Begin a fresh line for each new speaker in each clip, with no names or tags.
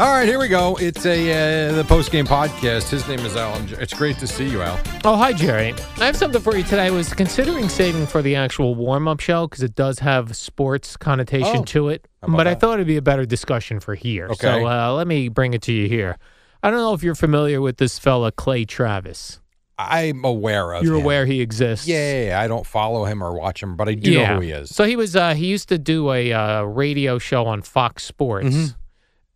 All right, here we go. It's a uh, the post game podcast. His name is Alan. J- It's great to see you, Al.
Oh, hi, Jerry. I have something for you today. I was considering saving for the actual warm up show because it does have sports connotation
Oh.
to it, but I thought it'd be a better discussion for here.
Okay.
So uh, let me bring it to you here. I don't know if you're familiar with this fella, Clay Travis.
I'm aware of.
You're
him.
aware he exists.
Yeah, yeah, I don't follow him or watch him, but I do know who he is.
So he was uh, he used to do a uh, radio show on Fox Sports,
Mm-hmm.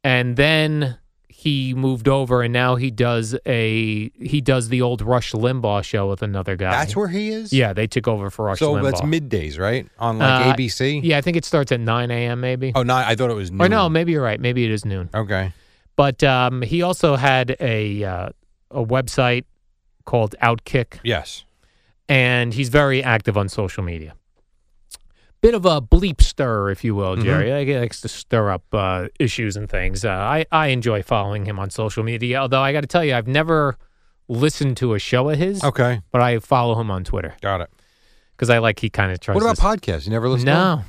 and then he moved over, and now he does a he does the old Rush Limbaugh show with another guy.
That's where he is.
Yeah, they took over for Rush
So
Limbaugh.
that's middays, right? On like
Uh,
ABC.
Yeah, I think it starts at nine a.m. Maybe.
Oh, no, I thought it was.
Or no,
noon.
maybe you're right. Maybe it is noon.
Okay.
But um, he also had a uh, a website called Outkick.
Yes.
and he's very active on social media. Bit of a bleep stir, if you
Mm-hmm.
will, Jerry. Like, He likes to stir up uh, issues and things. Uh, I I enjoy following him on social media. Although I got to tell you, I've never listened to a show of his,
Okay.
but I follow him on Twitter
Got it.
because I like he kind of tries.
What about
to-
podcasts? You never listen. to them?
No,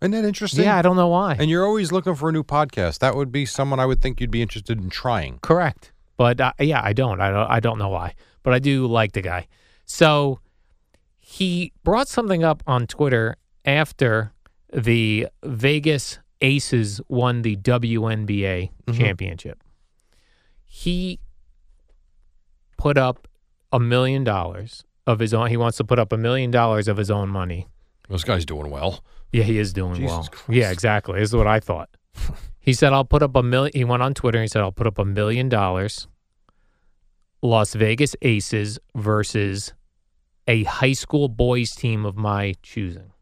Isn't that interesting?
yeah, I don't know why.
And you're always looking for a new podcast. That would be someone I would think you'd be interested in trying.
Correct. But uh, yeah, I don't. I don't. I don't know why. But I do like the guy. So he brought something up on Twitter after the Vegas Aces won the WNBA championship. He put up a million dollars of his own. He wants to put up a million dollars of his own money.
This guy's doing well.
Yeah, he is doing
Jesus
well.
Christ.
Yeah, exactly. This is what I thought. he said, I'll put up a million. He went on Twitter and he said, I'll put up a million dollars. Las Vegas Aces versus a high school boys team of my choosing.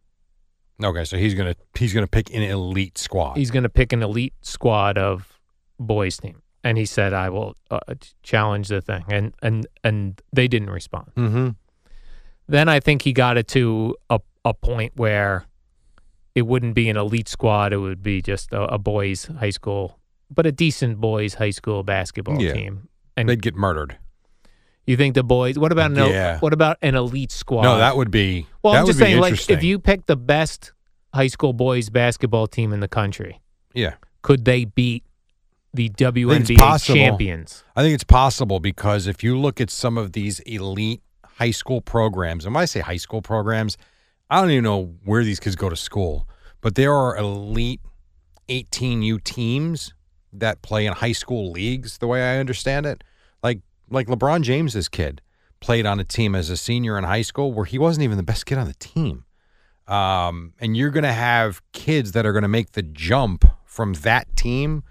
Okay, so he's gonna he's gonna pick an elite squad.
He's going to pick an elite squad of boys team. And he said, I will uh, ch- challenge the thing. And, and, and they didn't respond.
mm-hmm.
then I think he got it to a, a point where it wouldn't be an elite squad. It would be just a, a boys' high school, but a decent boys' high school basketball
Yeah.
team. And
They'd get murdered.
you think the boys? What about an el-
Yeah.
what about an elite squad?
No, that would be.
well,
that
I'm just
would be
saying, like
interesting.
if you pick the best high school boys' basketball team in the country,
Yeah,
could they beat the WNBA
possible.
champions?
I think it's possible because if you look at some of these elite high school programs, and when I say high school programs, I don't even know where these kids go to school, but there are elite 18U teams that play in high school leagues. The way I understand it, like like LeBron James's kid played on a team as a senior in high school where he wasn't even the best kid on the team. Um, and you're going to have kids that are going to make the jump from that team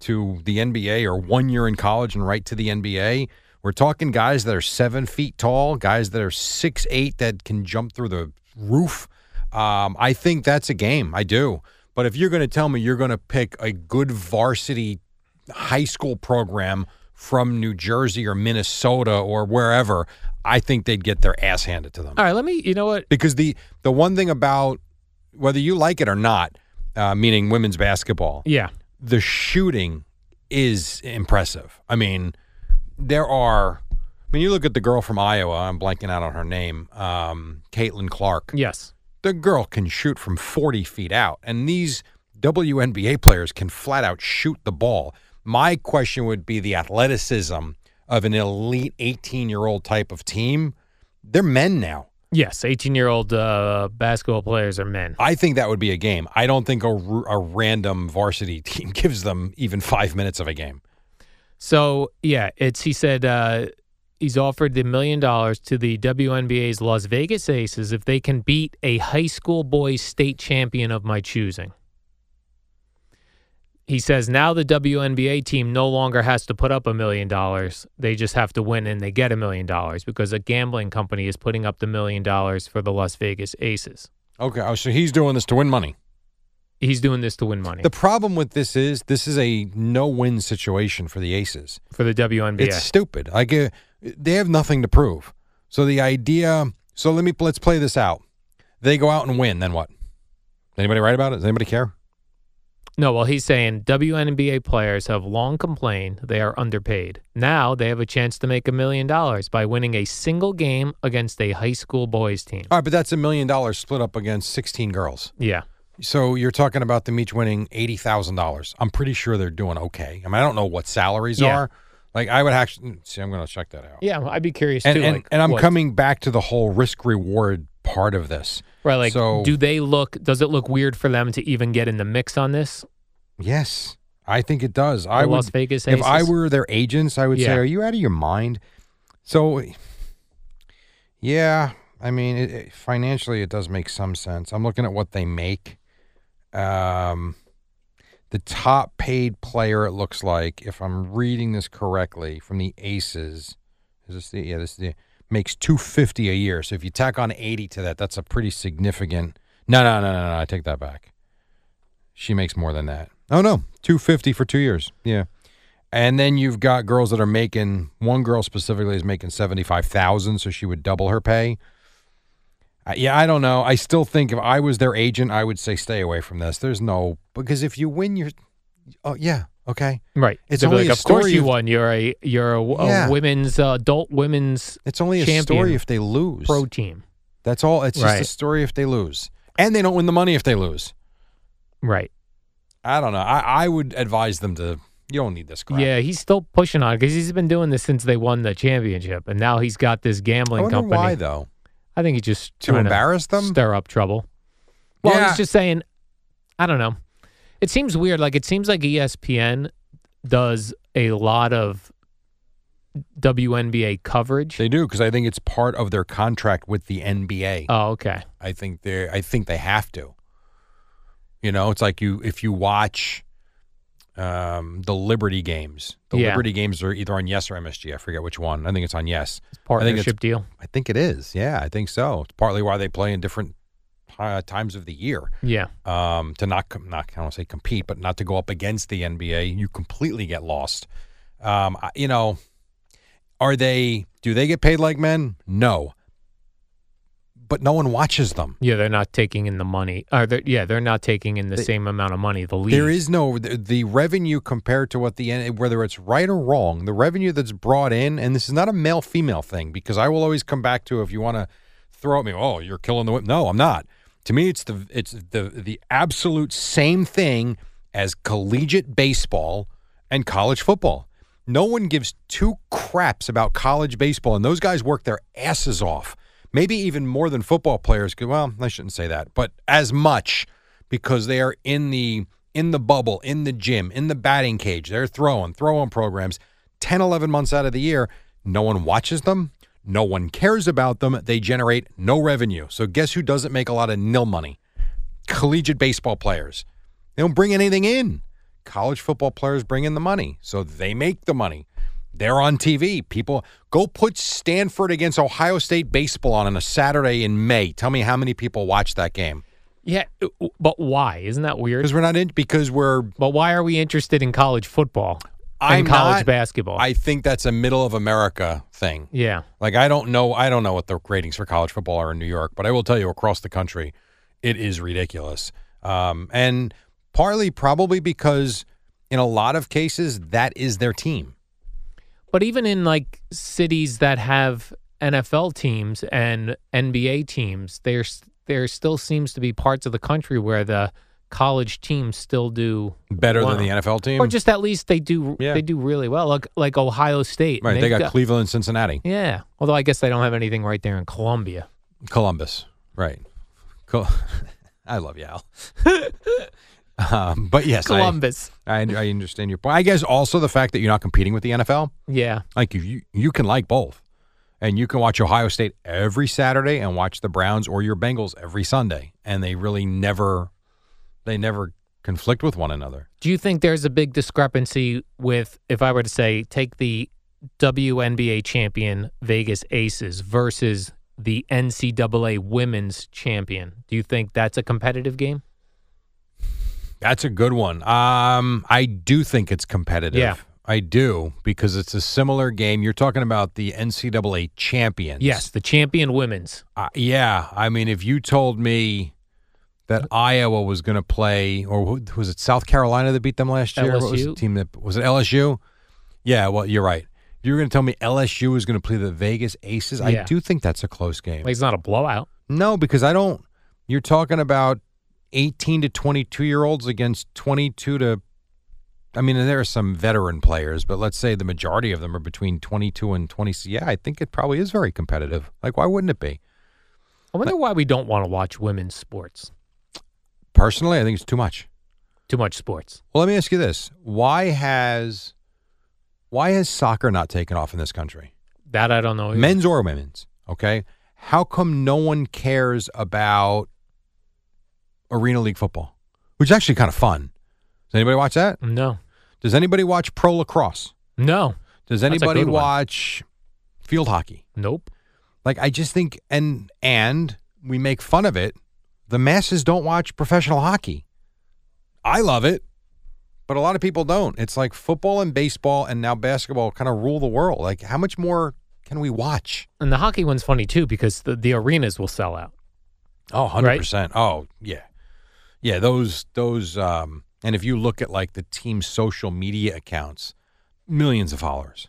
to the NBA or one year in college and right to the NBA. We're talking guys that are seven feet tall, guys that are six eight that can jump through the roof. Um, I think that's a game. I do. But if you're going to tell me you're going to pick a good varsity high school program from New Jersey or Minnesota or wherever, I think they'd get their ass handed to them
All right, let me. You know what?
because the the one thing about whether you like it or not, uh, meaning women's basketball,
Yeah,
the shooting is impressive. I mean, there are. I mean, you look at the girl from Iowa. I'm blanking out on her name. Um, Caitlin Clark.
yes.
The girl can shoot from 40 feet out, and these WNBA players can flat out shoot the ball. My question would be the athleticism of an elite 18 year old type of team. They're men now.
Yes, 18 year old uh, basketball players are men.
I think that would be a game. I don't think a, r- a random varsity team gives them even five minutes of a game.
So yeah, it's he said uh, he's offered the million dollars to the WNBA's Las Vegas Aces if they can beat a high school boys state champion of my choosing. He says now the WNBA team no longer has to put up a million dollars. They just have to win and they get a million dollars because a gambling company is putting up the million dollars for the Las Vegas Aces.
Okay. Oh, so he's doing this to win money.
He's doing this to win money
The problem with this is this is a no-win situation for the Aces.
for the WNBA.
It's stupid. I get, they have nothing to prove. So the idea. So let me let's play this out. They go out and win. Then what? Anybody write about it? Does anybody care?
No, well, he's saying WNBA players have long complained they are underpaid. Now they have a chance to make a million dollars by winning a single game against a high school boys team.
All right, but that's a million dollars split up against sixteen girls.
Yeah.
So you're talking about them each winning eighty thousand dollars. I'm pretty sure they're doing okay. I mean, I don't know what salaries
Yeah.
are. Like I would actually see. I'm going to check that out.
Yeah, I'd be curious
And
too.
and,
like,
and I'm
what-
coming back to the whole risk reward part of this.
Right, like,
so-
do they look? Does it look weird for them to even get in the mix on this?
Yes, I think it does. I would,
Las Vegas
If I
Aces?
were their agents, I would say,
Yeah.
"Are you out of your mind?" So, yeah, I mean, it, it- financially, it does make some sense. I'm looking at what they make. Um, the top paid player, it looks like, if I'm reading this correctly, from the Aces, is this the yeah? This is the makes two fifty a year. So if you tack on eighty to that, that's a pretty significant. No, no, no, no, no. I take that back. She makes more than that. Oh no, two fifty for two years. Yeah, and then you've got girls that are making. One girl specifically is making seventy five thousand, so she would double her pay. I- Yeah, I don't know. I still think if I was their agent, I would say stay away from this. There's no because if you win, you're. Oh yeah, okay.
Right.
It's
They'd be
only
like,
a
of course
story
you
of-
won. You're a you're a, a
Yeah.
women's uh, adult women's
It's only a
Champion.
story if they lose.
pro team.
That's all. It's just a
Right.
story if they lose, and they don't win the money if they lose.
Right.
I don't know. I, I would advise them to. You don't need this crap.
Yeah, he's still pushing on because he's been doing this since they won the championship, and now he's got this
I
gambling
wonder
company.
why though.
I think he's just
To
trying
embarrass them?
stir up trouble. Well,
Yeah.
he's just saying, I don't know. It seems weird. Like it seems like E ESPN does a lot of WNBA coverage.
They do because I think it's part of their contract with the NBA.
oh, okay.
I think they I think they have to. You know, it's like you if you watch um, the Liberty games. The
Yeah.
Liberty games are either on Yes or MSG. I forget which one. I think it's on Yes.
Partnership
I think, it's,
deal.
I think it is. Yeah, I think so. It's partly why they play in different uh, times of the year
Yeah.
um, to not com- not I don't wanna say compete, but not to go up against the NBA. You completely get lost. Um, I- you know, are they? Do they get paid like men? No. But no one watches them.
Yeah, they're not taking in the money. Or they're, yeah, they're not taking in the
They-
same amount of money. The league.
There is no the, the revenue compared to what the N- whether it's right or wrong. The revenue that's brought in, and this is not a male female thing because I will always come back to if you want to throw at me, oh, you're killing the women. No, I'm not. To me, it's the it's the the absolute same thing as collegiate baseball and college football. No one gives two craps about college baseball, and those guys work their asses off. Maybe even more than football players. 'cause- Well, I shouldn't say that, but as much because they are in the in the bubble, in the gym, in the batting cage. They're throwing, throwing programs 10, 11 months out of the year. No one watches them. No one cares about them. They generate no revenue. So guess who doesn't make a lot of nil money? Collegiate baseball players. They don't bring anything in. College football players bring in the money, so they make the money. They're on TV. People go put Stanford against Ohio State baseball on on a Saturday in May. Tell me how many people watch that game?
Yeah, it- but why? Isn't that weird?
Because we're not in. Because we're.
But why are we interested in college football and
I'm
college
not-
basketball?
I think that's a middle of America thing.
yeah.
Like I don't know. I don't know what the ratings for college football are in New York, but I will tell you across the country, it is ridiculous. Um, and partly probably because in a lot of cases that is their team.
But even in like cities that have NFL teams and NBA teams, there's there still seems to be parts of the country where the college teams still do
better
well.
than the NFL team.
or just at least they do
Yeah.
they do really well. Like like Ohio State,
right, they
they've
got, Cleveland, Cincinnati,
yeah. Although I guess they don't have anything right there in Columbia.
Columbus. Right. Col- I love you, Al. um, but yes, I-
Columbus,
I, I understand your point. I guess also the fact that you're not competing with the NFL.
yeah.
Like you, you can like both. And you can watch Ohio State every Saturday and watch the Browns or your Bengals every Sunday. And they really never they never conflict with one another.
Do you think there's a big discrepancy with if I were to say take the WNBA champion Vegas Aces versus the NCAA women's champion? Do you think that's a competitive game?
That's a good one. Um, I do think it's competitive.
Yeah.
I do because it's a similar game. You're talking about the NCAA champions.
Yes, the champion women's.
Uh, yeah. I mean, if you told me that Iowa was going to play, or who, was it South Carolina that beat them last year? What was the
LSU?
team that was it LSU? Yeah. Well, you're right. You're going to tell me LSU is going to play the Vegas Aces. I
Yeah.
do think that's a close game.
Like it's not a blowout.
No, because I don't. You're talking about 18 to 22 year olds against 22 to. I mean, there are some veteran players, but let's say the majority of them are between 22 and 20. so Yeah, I think it probably is very competitive. Like, why wouldn't it be?
I wonder why we don't want to watch women's sports.
Personally, I think it's too much.
Too much sports.
Well, let me ask you this: Why has why has soccer not taken off in this country?
That I don't know. either.
men's or women's. Okay, how come no one cares about Arena League football, which is actually kind of fun? Does anybody watch that?
No.
Does anybody watch pro lacrosse?
No.
Does
That's a
anybody
good one.
watch field hockey?
Nope.
Like I just think, and and we make fun of it. The masses don't watch professional hockey. I love it, but a lot of people don't. It's like football and baseball, and now basketball kind of rule the world. Like, how much more can we watch?
And the hockey one's funny too because the, the arenas will sell out.
Oh, 100
Right?
percent. Oh, yeah. Yeah, those those um and if you look at like the team's social media accounts, millions of followers.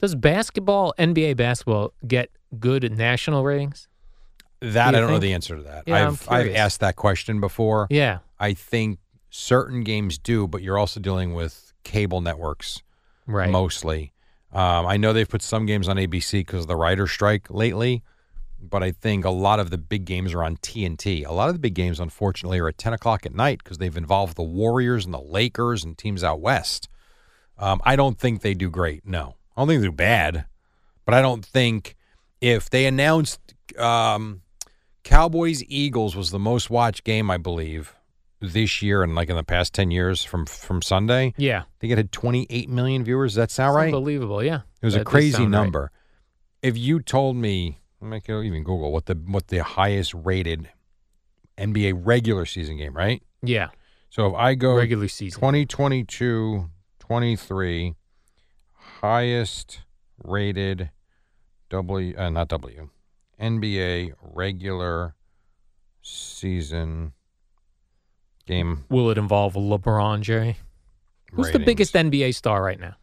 Does basketball, NBA basketball, get good national ratings?
That
Do you
I don't know
think?
the answer to that.
Yeah, I'm
I've I've
curious.
asked that question before.
Yeah.
I think certain games do, but you're also dealing with cable networks
Right.
mostly. Um, I know they've put some games on ABC because of the writer strike lately, but I think a lot of the big games are on TNT. A lot of the big games, unfortunately, are at 10 o'clock at night because they've involved the Warriors and the Lakers and teams out west. Um, I don't think they do great. No, I don't think they do bad, but I don't think if they announced um, Cowboys Eagles was the most watched game, I believe, this year and like in the past 10 years from from Sunday.
yeah.
I think it had 28 million viewers. Does that sound
It's
right?
Unbelievable. Yeah.
It was
That
a
does
crazy
sound right.
number. If you told me, I mean, I could even Google what the what the highest rated NBA regular season game, right?
Yeah.
So if I go
Regular season.
2022 23 highest rated W uh, not W NBA regular season game.
Will it involve LeBron, Jerry? Who's the
ratings.
biggest NBA star right now?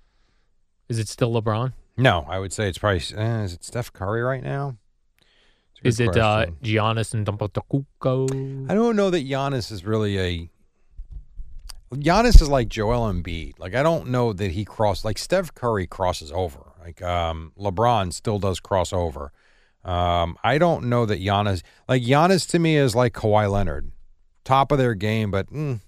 Is it still LeBron?
No, I would say it's probably uh, is it Steph Curry right now? It's a good
Is it uh,
question.
Giannis and Antetokounmpo?
I don't know that Giannis is really a. Giannis is like Joel Embiid. Like I don't know that he crossed. Like Steph Curry crosses over. Like um, LeBron still does cross over. Um, I don't know that Giannis. Like Giannis to me is like Kawhi Leonard, top of their game, but mm,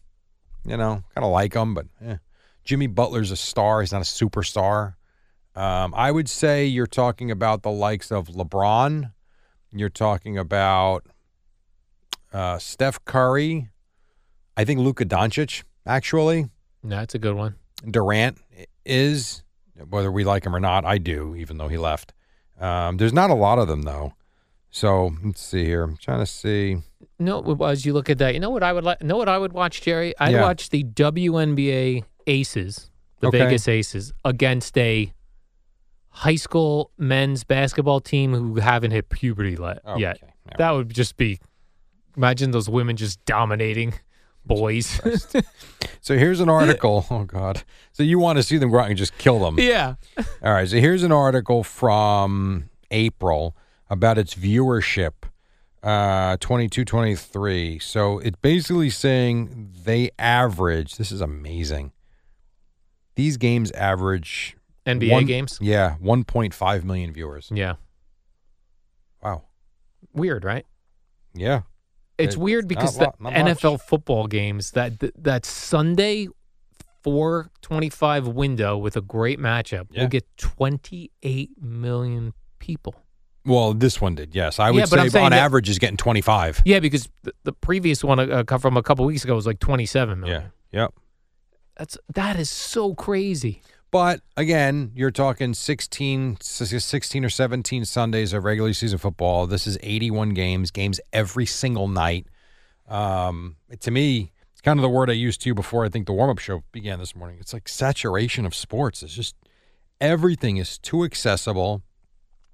you know, kind of like him. But eh. Jimmy Butler's a star. He's not a superstar. Um, I would say you're talking about the likes of LeBron. You're talking about uh, Steph Curry. I think Luka Doncic, actually.
No, that's a good one.
Durant is, whether we like him or not, I do, even though he left. Um, there's not a lot of them, though. So let's see here. I'm trying to see.
No, well, as you look at that, you know what I would like. Know what I would watch, Jerry? I'd
Yeah.
watch the WNBA Aces, the
Okay.
Vegas Aces, against a high school men's basketball team who haven't hit puberty le-
Oh, Okay,
yet.
all right.
That would just be. Imagine those women just dominating boys.
So here's an article. Oh God. So you want to see them go out and just kill them?
yeah.
All right. So here's an article from April about its viewership, uh, 22, 23. So it's basically saying they average. This is amazing. These games average
NBA
one-
games.
Yeah, 1.5 million viewers.
Yeah.
Wow.
Weird, right?
Yeah.
It's
It's
weird
not
because
lot-
the
not much.
NFL football games that that Sunday 425 window with a great matchup
Yeah.
will get 28 million people.
Well, this one did. Yes, I would
Yeah, but I'm
say
saying
on
that-
average is getting 25.
Yeah, because the, the previous one uh, uh, from a couple weeks ago was like 27 million.
Yeah. Yep.
That's that is so crazy.
But again, you're talking 16, 16 or 17 Sundays of regular season football. This is 81 games, games every single night. Um, to me, it's kind of the word I used to before I think the warm up show began this morning. It's like saturation of sports. It's just everything is too accessible.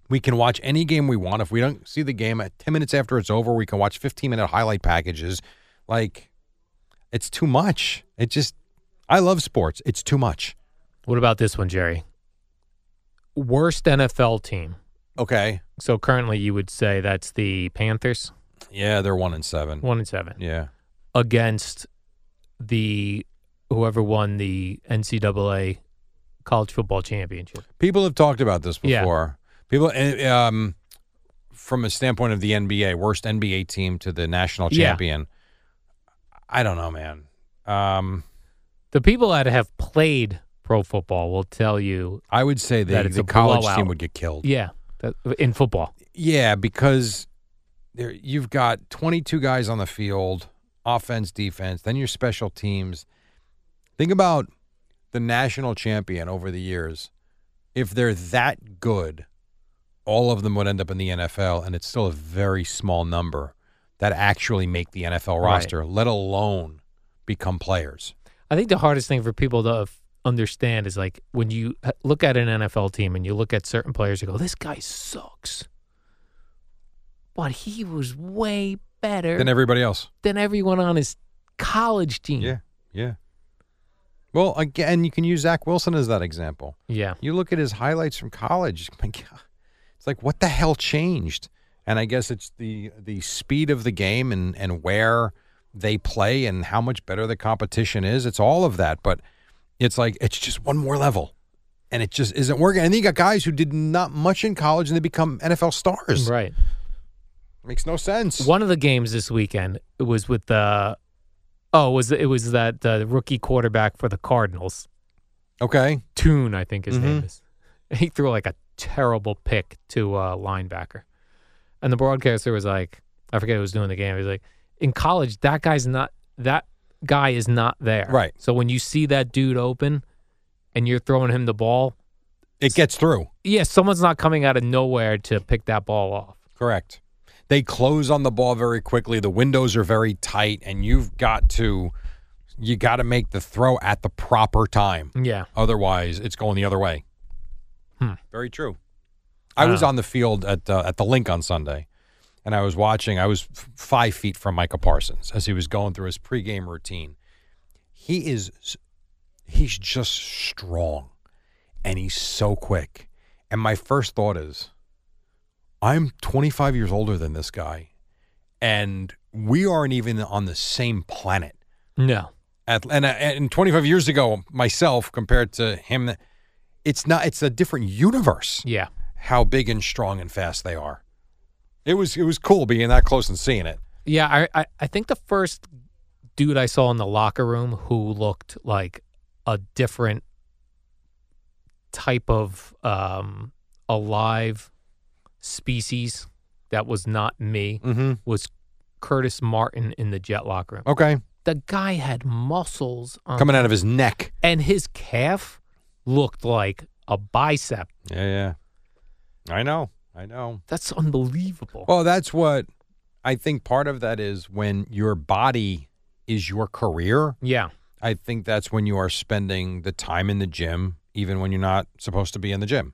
We can watch any game we want. If we don't see the game at 10 minutes after it's over, we can watch 15 minute highlight packages. Like, it's too much. It just, I love sports. It's too much.
What about this one, Jerry? Worst NFL team.
Okay.
So currently you would say that's the Panthers,
Yeah, they're one and seven.
1 and 7.
Yeah.
against the whoever won the NCAA college football championship.
People have talked about this
Yeah.
before. People, eh, um, from a standpoint of the NBA, worst NBA team to the national
Yeah.
champion. I don't know, man. Um,
The people that have played pro football will tell you,
I would say
That
the,
it's
the
a
college
blowout.
team would get killed.
yeah, that, in football.
Yeah, because there you've got 22 guys on the field, offense, defense, then your special teams. Think about the national champion over the years. If they're that good, all of them would end up in the NFL, and it's still a very small number that actually make the NFL
Right.
roster, let alone become players.
I think the hardest thing for people to f- understand is like when you h- look at an NFL team and you look at certain players, you go, this guy sucks. But he was way better
Than
than,
everybody else.
everyone on his college team.
yeah. Well, again, you can use Zach Wilson as that example.
Yeah.
You look at his highlights from college. My God, it's like what the hell changed? And I guess it's the the speed of the game and and where they play and how much better the competition is. It's all of that, but it's like it's just one more level, and it just isn't working. And then you got guys who did not much in college and they become NFL stars.
Right.
Makes no sense.
One of the games this weekend was with the oh it was it was that the rookie quarterback for the Cardinals,
Okay,
Toon, I think his name is. He threw like a terrible pick to a linebacker, and the broadcaster was like, I forget who was doing the game. He was like, in college, that guy's not that guy is not there.
Right.
So when you see that dude open, and you're throwing him the ball,
it gets through.
yeah, someone's not coming out of nowhere to pick that ball off.
Correct. They close on the ball very quickly. The windows are very tight, and you've got to you got to make the throw at the proper time.
Yeah.
Otherwise, it's going the other way.
Hmm.
Very true. I was on the field at uh, at the link on Sunday, and I was watching. I was f- five feet from Micah Parsons as he was going through his pregame routine. He is s- he's just strong, and he's so quick. And my first thought is, I'm 25 years older than this guy, and we aren't even on the same planet
No.
at, and uh, and 25 years ago myself compared to him it's not it's a different universe
Yeah.
how big and strong and fast they are it was it was cool being that close and seeing it
Yeah, I, I, I think the first dude I saw in the locker room who looked like a different type of um, alive species that was not me
mm-hmm
was Curtis Martin in the jet locker room.
okay
The guy had muscles on,
coming out of his neck
and his calf looked like a bicep.
yeah yeah i know i know
That's unbelievable.
well that's what i think part of that is when your body is your career
yeah,
I think that's when you are spending the time in the gym, even when you're not supposed to be in the gym.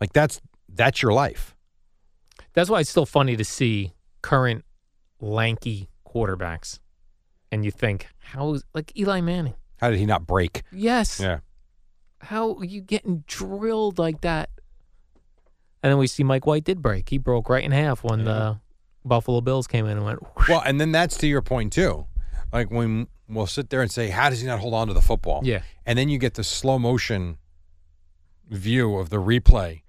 Like that's that's your life.
that's why it's still funny to see current lanky quarterbacks and you think, how is like Eli Manning?
How did he not break?
Yes.
Yeah.
How are you getting drilled like that? And then we see Mike White did break. He broke right in half when the Buffalo Bills came in and went. whoosh.
Well, and then that's to your point too. Like when we'll sit there and say, "How does he not hold on to the football?"
Yeah.
and then you get the slow motion view of the replay,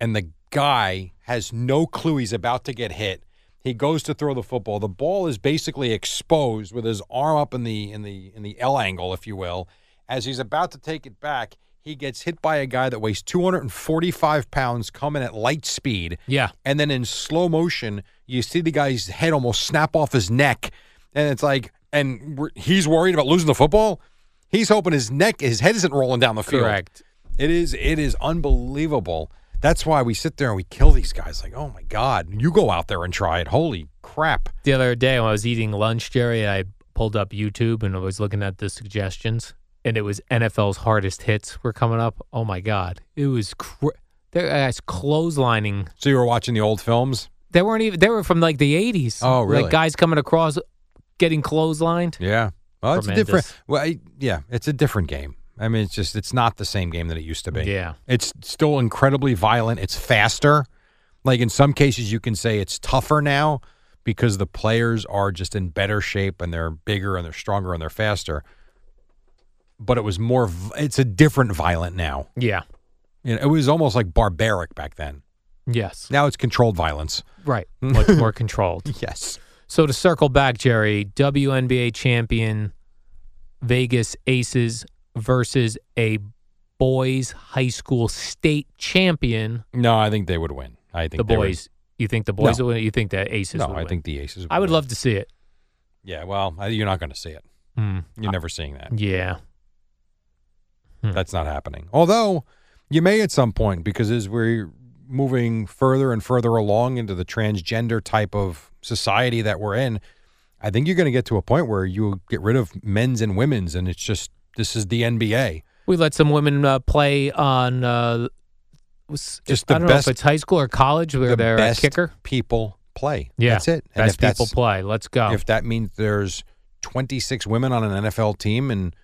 and the guy has no clue he's about to get hit. He goes to throw the football. The ball is basically exposed with his arm up in the in the in the L angle, if you will. As he's about to take it back, he gets hit by a guy that weighs 245 pounds, coming at light speed
Yeah.
and then in slow motion you see the guy's head almost snap off his neck and it's like and we're, he's worried about losing the football he's hoping his neck his head isn't rolling down the field
Correct.
it is it is unbelievable that's why we sit there and we kill these guys like oh my god you go out there and try it holy crap
The other day when I was eating lunch, Jerry, I pulled up YouTube and I was looking at the suggestions, and it was NFL's hardest hits were coming up. Oh my God, it was cr- they're as clotheslining.
so you were watching the old films
They weren't even. They were from like the '80s.
Oh, really?
Like guys coming across, getting clotheslined.
yeah well it's a
Tremendous.
different well I- yeah it's a different game i mean it's just it's not the same game that it used to be
Yeah.
It's still incredibly violent. It's faster. Like in some cases, you can say it's tougher now because the players are just in better shape and they're bigger and they're stronger and they're faster. But it was more, v- it's a different violent now.
Yeah.
You know, it was almost like barbaric back then.
Yes.
Now it's controlled violence.
Right. Much more controlled.
Yes.
So to circle back, Jerry, WNBA champion Vegas Aces versus a boys high school state champion.
No, I think they would win. I think
The
they would-
boys. You think the boys
No.
will win? You think the Aces
No,
will
I
win?
think the aces.
I would
win.
love to see it.
Yeah, well, I, you're not going to see it.
Hmm.
You're never seeing that.
Yeah. Hmm.
That's not happening. Although you may at some point, because as we're moving further and further along into the transgender type of society that we're in, I think you're going to get to a point where you get rid of men's and women's, and it's just this is the NBA.
We let some women uh, play on. Uh, was,
Just
I
the
don't
best-
know if it's high school or college where
the
they're
best
a uh, kicker.
people play.
Yeah,
that's it.
Best
if that's-
people play. Let's go.
If that means there's 26 women on an NFL team and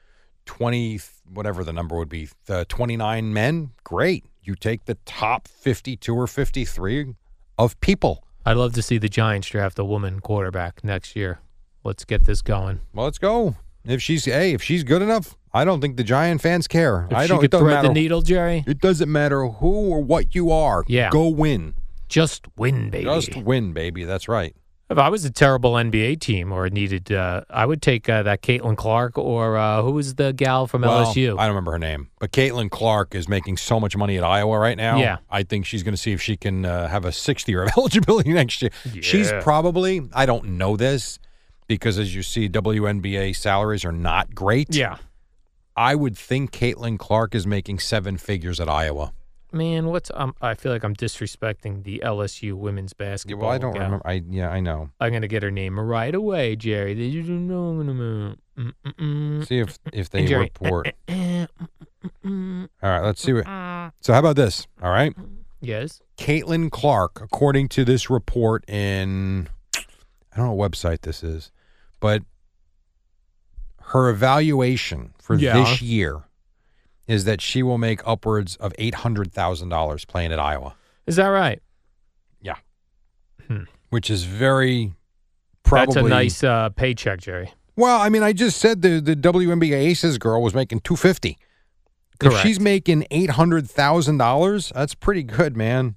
20, whatever the number would be, uh, 29 men, great. You take the top 52 or 53 of people.
I'd love to see the Giants draft a woman quarterback next year. Let's get this going.
Well, let's go. If she's hey, if she's good enough, I don't think the Giant fans care.
If
I
she
don't.
could
It doesn't
thread
matter.
the needle, Jerry.
It doesn't matter who or what you are.
Yeah.
go win.
Just win, baby.
Just win, baby. That's right.
If I was a terrible NBA team or needed, uh, I would take uh, that Caitlin Clark or uh, who was the gal from
Well,
LSU?
I don't remember her name, but Caitlin Clark is making so much money at Iowa right now.
Yeah.
I think she's going to see if she can uh, have a sixth year of eligibility next year. She's
Yeah.
probably. I don't know this because as you see, WNBA salaries are not great.
yeah.
I would think Caitlin Clark is making seven figures at Iowa.
Man, what's um, I feel like I'm disrespecting the LSU women's
Yeah,
basketball.
well, I don't
gal.
remember. I yeah, I know.
I'm gonna get her name right away, Jerry. Mm-mm-mm.
See if if they
And Jerry-
report. All right, let's see what. So how about this? All right,
Yes.
Caitlin Clark, according to this report in, I don't know what website this is, but her evaluation for
Yeah.
this year is that she will make upwards of eight hundred thousand dollars playing at Iowa,
Is that right?
which is very probably
That's a nice uh, paycheck, Jerry.
Well, I mean, I just said the the WNBA Aces girl was making two fifty. If
Correct.
she's making eight hundred thousand dollars, that's pretty good, man.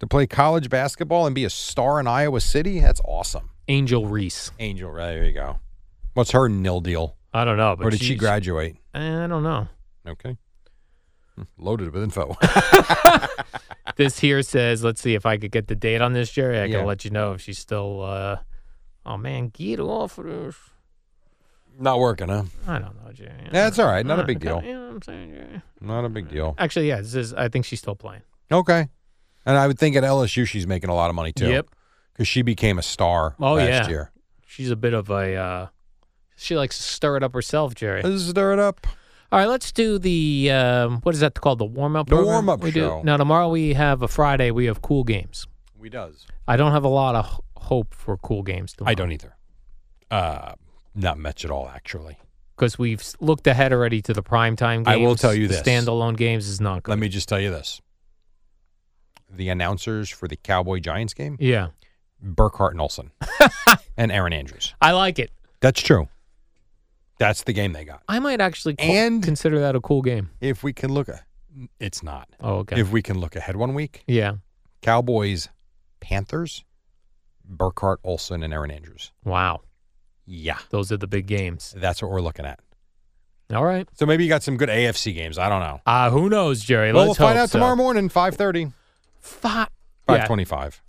To play college basketball and be a star in Iowa City, that's awesome.
Angel Reese.
Angel, right, there you go. What's her nil deal?
I don't know, but
or did she
she's-
graduate?
I don't know.
Okay, Hmm, loaded with info.
this here says, let's see if I could get the date on this, Jerry. I
Yeah.
can let you know if she's still. Uh, oh man, get off of this.
Not working, huh?
I don't know, Jerry. I
That's
don't
all right.
know.
Not a
I
big
kinda-
deal.
You know what I'm saying, Jerry?
Not a big deal.
Actually, yeah, this is. I think she's still playing.
Okay, and I would think at LSU she's making a lot of money too.
Yep,
because she became a star
Oh,
last
yeah.
year.
she's a bit of a. Uh, she likes to stir it up herself, Jerry.
Let's stir it up.
All right, let's do the um, what is that called? The warm up.
The warm-up
we
show.
Do. Now tomorrow we have a Friday. We have cool games.
We does.
I don't have a lot of h- hope for cool games tomorrow.
I don't either. Uh, not much at all, actually.
because we've s- looked ahead already to the primetime games.
I will tell you
The
this.
Standalone games is not good.
Let me just tell you this: the announcers for the Cowboy Giants game,
yeah.
Burkhart Nelson and Aaron Andrews.
I like it.
That's true. That's the game they got.
I might actually co-
And-
consider that a cool game.
If we can look, it's not.
Oh, okay.
If we can look ahead one week,
yeah.
Cowboys, Panthers, Burkhart Olson and Aaron Andrews.
Wow.
Yeah,
Those are the big games.
that's what we're looking at.
All right.
So maybe you got some good AFC games. I don't know.
Uh, who knows, Jerry?
well, we'll
Let's
find
hope
out
so.
tomorrow morning, 5.30,
Fi- yeah,
5.25.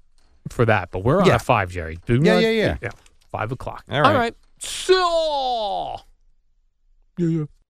for that, but we're on
Yeah.
a five, Jerry. Do
Yeah,
not-
yeah, yeah.
Five o'clock.
All right.
All right. So. Yeah, yeah.